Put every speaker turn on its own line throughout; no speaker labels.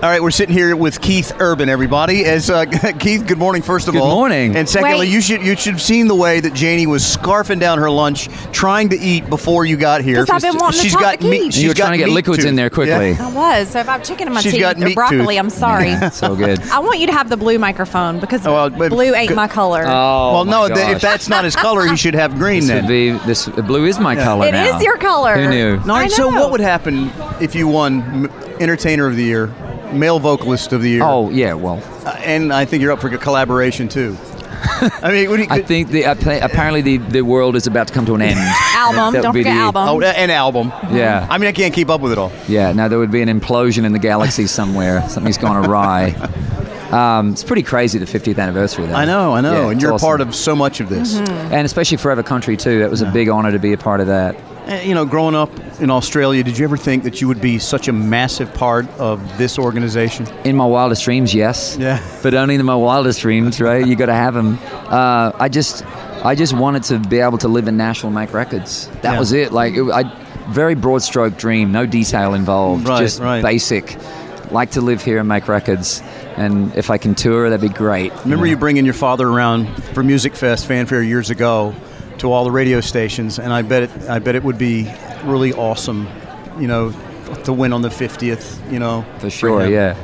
All right, we're sitting here with Keith Urban, everybody. As uh, Keith, good morning. First of
Good
all,
morning.
And secondly,
Wait.
you should you should have seen the way that Janie was scarfing down her lunch, trying to eat before you got here.
'Cause I've been wanting to
She's
talk
got
to
meat.
Keith.
she's
You were trying
got
to get
meat
liquids in
tooth.
there quickly.
Yeah.
I was. So if I have chicken in my
She's
teeth
got meat
or broccoli,
tooth.
I'm sorry.
So good.
I want you to have the blue microphone because
Oh, well, but-
blue ain't
good-
my color.
Oh,
well, no,
my
th- if
gosh.
that's not his color, he should have green
this
then.
would be this uh, blue is my color.
It
now.
is your color.
Who knew?
all right,
I
so
know.
what would happen if you won M- Entertainer of the Year, Male Vocalist of the Year?
Oh yeah, well,
Uh, and I think you're up for a collaboration too. I mean, what do you,
I think the appa- apparently the, the world is about to come to an end.
Album.
That
Don't
would be
forget
the-
album.
oh, an album.
Yeah.
I mean, I can't keep up with it all.
Yeah, now there would be an implosion in the galaxy somewhere. Something's gone awry. Um, it's pretty crazy the 50th anniversary. Though.
I know, I know,
Yeah,
and
it's
you're a
awesome.
part of so much of this.
Mm-hmm.
and especially Forever Country too. That was a big honor to be a part of that.
Uh, You know, growing up in Australia, did you ever think that you would be such a massive part of this organization?
In my wildest dreams, yes.
Yeah.
But only in my wildest dreams, right? You got to have them. Uh, I just, I just wanted to be able to live in Nashville and make records. That
Yeah.
was it. Like, it, I very broad stroke dream, no detail involved,
Right,
just
right.
basic. Like to live here and make records, and if I can tour, that'd be great.
Remember you bringing your father around for Music Fest Fanfare years ago to all the radio stations, and I bet it, I bet it would be really awesome, you know, to win on the 50th, you know.
for sure.
him.
Yeah.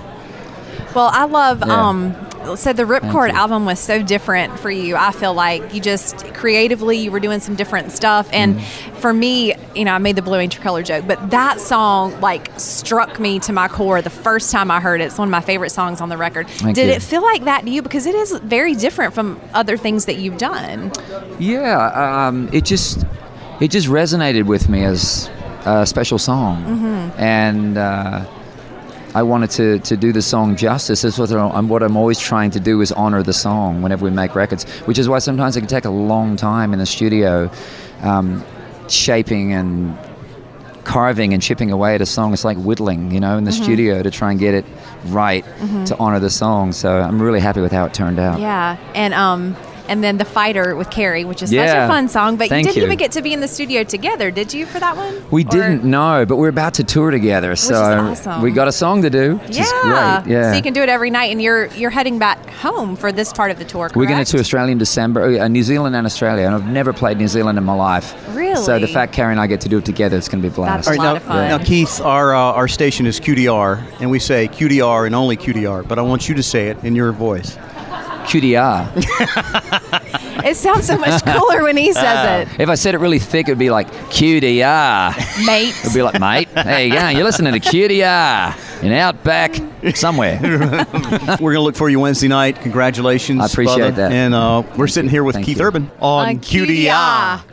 Well, I love.
Yeah.
Um, so the Ripcord album was so different for you. I feel like you just creatively you were doing some different stuff,
Mm.
and for me, you know, I made the blue ain't your color joke, but that song like struck me to my core the first time I heard it. It's one of my favorite songs on the record.
Thank
Did
you.
it feel like that to you? Because it is very different from other things that you've done.
Yeah, um, it just it just resonated with me as a special song, and uh, I wanted to, to do the song justice. That's what I'm what I'm always trying to do is honor the song whenever we make records, which is why sometimes it can take a long time in the studio, um, shaping and carving and chipping away at a song. It's like whittling, you know, in the studio to try and get it right to honor the song. So I'm really happy with how it turned out.
Yeah, and um, and then the fighter with Carrie, which is such a
Yeah.
fun song, but
Thank
you didn't
you.
even get to be in the studio together, did you, for that one?
We
Or-
didn't know, but we're about to tour together, so
awesome.
we got a song to do, which is great. Yeah,
So you can do it every night, and you're you're heading back home for this part of the tour.
we're going
correct?
to tour Australia in December, oh, yeah, New Zealand and Australia, and I've never played New Zealand in my life. So the
Really?
fact Carrie and I get to do it together, it's going to be a blast.
That's
All right,
lot
now,
of fun.
now, Keith, our uh, our station is QDR, and we say QDR and only QDR, but I want you to say it in your voice.
QDR.
It sounds so much cooler when he says
if I said it really thick, it'd be like QDR.
it, mate.
It'd be like, mate, there you go. You're listening to QDR in Outback somewhere.
We're going to look for you Wednesday night. Congratulations.
I appreciate
brother.
that.
And uh, we're sitting here with
Thank
Keith
you.
Urban on,
On
QDR.
QDR.